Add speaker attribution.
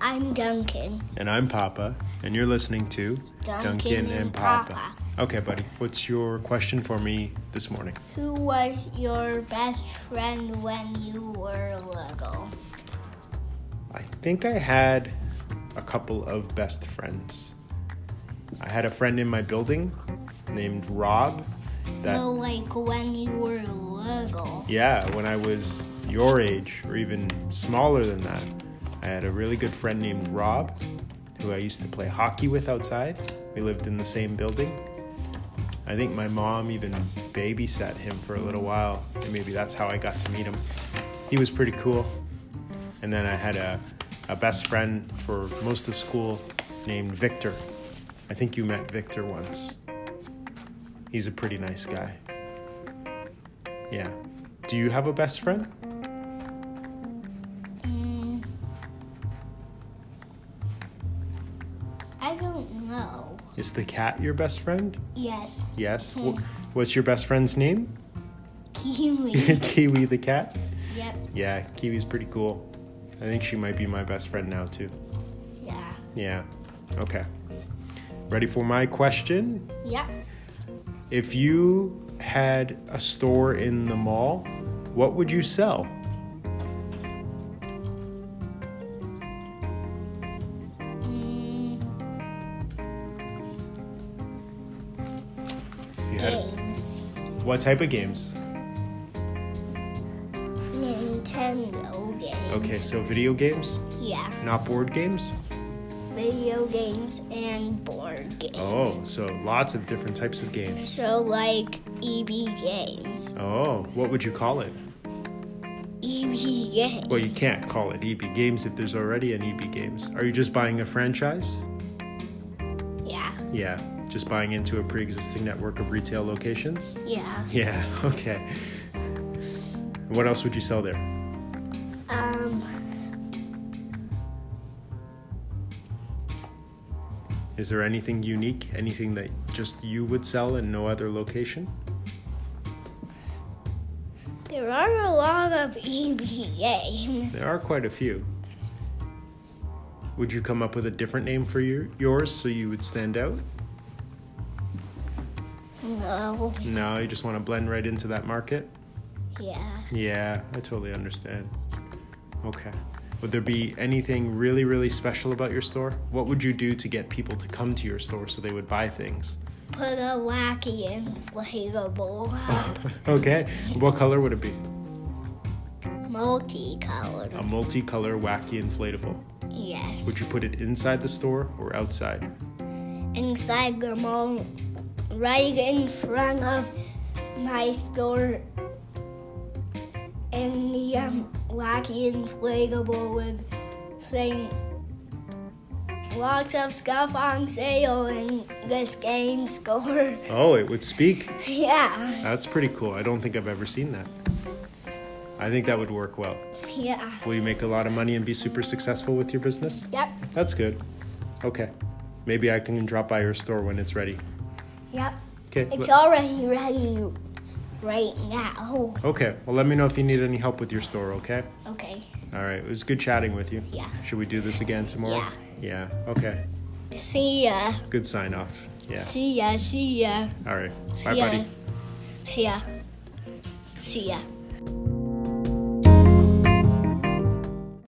Speaker 1: I'm Duncan.
Speaker 2: And I'm Papa, and you're listening to
Speaker 1: Duncan and Papa.
Speaker 2: Okay, buddy, what's your question for me this morning?
Speaker 1: Who was your best friend when you were little?
Speaker 2: I think I had a couple of best friends. I had a friend in my building named Rob. That
Speaker 1: No, like when you were little.
Speaker 2: yeah, when I was your age or even smaller than that, I had a really good friend named Rob, who I used to play hockey with outside. We lived in the same building. I think my mom even babysat him for a little while, and maybe that's how I got to meet him. He was pretty cool. And then I had a, a best friend for most of school named Victor. I think you met Victor once. He's a pretty nice guy. Yeah. Do you have a best friend?
Speaker 1: Mm, I don't know.
Speaker 2: Is the cat your best friend?
Speaker 1: Yes,
Speaker 2: Yes. Wh- What's your best friend's name?
Speaker 1: Kiwi.
Speaker 2: Kiwi the cat?
Speaker 1: yep.
Speaker 2: Yeah, Kiwi's pretty cool. I think she might be my best friend now, too.
Speaker 1: Yeah.
Speaker 2: Yeah. Okay. Ready for my question?
Speaker 1: Yep.
Speaker 2: If you had a store in the mall, what would you sell?
Speaker 1: Mm,
Speaker 2: You had
Speaker 1: games.
Speaker 2: what type of games?
Speaker 1: Nintendo games.
Speaker 2: Okay, so video games,
Speaker 1: Yeah.
Speaker 2: not board games?
Speaker 1: Video games and board games.
Speaker 2: Oh, so lots of different types of games.
Speaker 1: So like EB games.
Speaker 2: Oh, what would you call it?
Speaker 1: EB games.
Speaker 2: Well, you can't call it EB Games if there's already an EB Games. Are you just buying a franchise?
Speaker 1: Yeah.
Speaker 2: Yeah, just buying into a pre existing network of retail locations?
Speaker 1: Yeah.
Speaker 2: Yeah, okay. What else would you sell there?
Speaker 1: Um.
Speaker 2: Is there anything unique? Anything that just you would sell in no other location?
Speaker 1: There are a lot of E EB games.
Speaker 2: There are quite a few. Would you come up with a different name for your, yours so you would stand out?
Speaker 1: No.
Speaker 2: No, you just want to blend right into that market?
Speaker 1: Yeah.
Speaker 2: Yeah, I totally understand. Okay. Would there be anything really, really special about your store? What would you do to get people to come to your store so they would buy things?
Speaker 1: Put a wacky inflatable up.
Speaker 2: okay. What color would it be? A
Speaker 1: Multicolored.
Speaker 2: multicolor, wacky inflatable.
Speaker 1: Yes.
Speaker 2: Oh. Would you put it inside the store or outside?
Speaker 1: Inside the mall. Right in front of my store. And the um, wacky inflatable would saying lots of stuff on sale in this game store.
Speaker 2: Oh, it would speak.
Speaker 1: yeah.
Speaker 2: That's pretty cool. I don't think I've ever seen that. I think that would work well.
Speaker 1: Yeah.
Speaker 2: Will you make a lot of money and be super successful with your business?
Speaker 1: Yep.
Speaker 2: That's good. Okay. Maybe I can drop by your store when it's ready.
Speaker 1: Yep.
Speaker 2: Okay.
Speaker 1: It's
Speaker 2: let-
Speaker 1: already ready right now.
Speaker 2: Okay. Well, let me know if you need any help with your store, okay?
Speaker 1: Okay.
Speaker 2: All right. It was good chatting with you.
Speaker 1: Yeah.
Speaker 2: Should we do this again tomorrow? Yeah. Okay.
Speaker 1: See ya.
Speaker 2: Good sign off. Yeah.
Speaker 1: See ya. See ya.
Speaker 2: All right.
Speaker 1: See
Speaker 2: Bye,
Speaker 1: ya.
Speaker 2: buddy.
Speaker 1: See ya. See ya.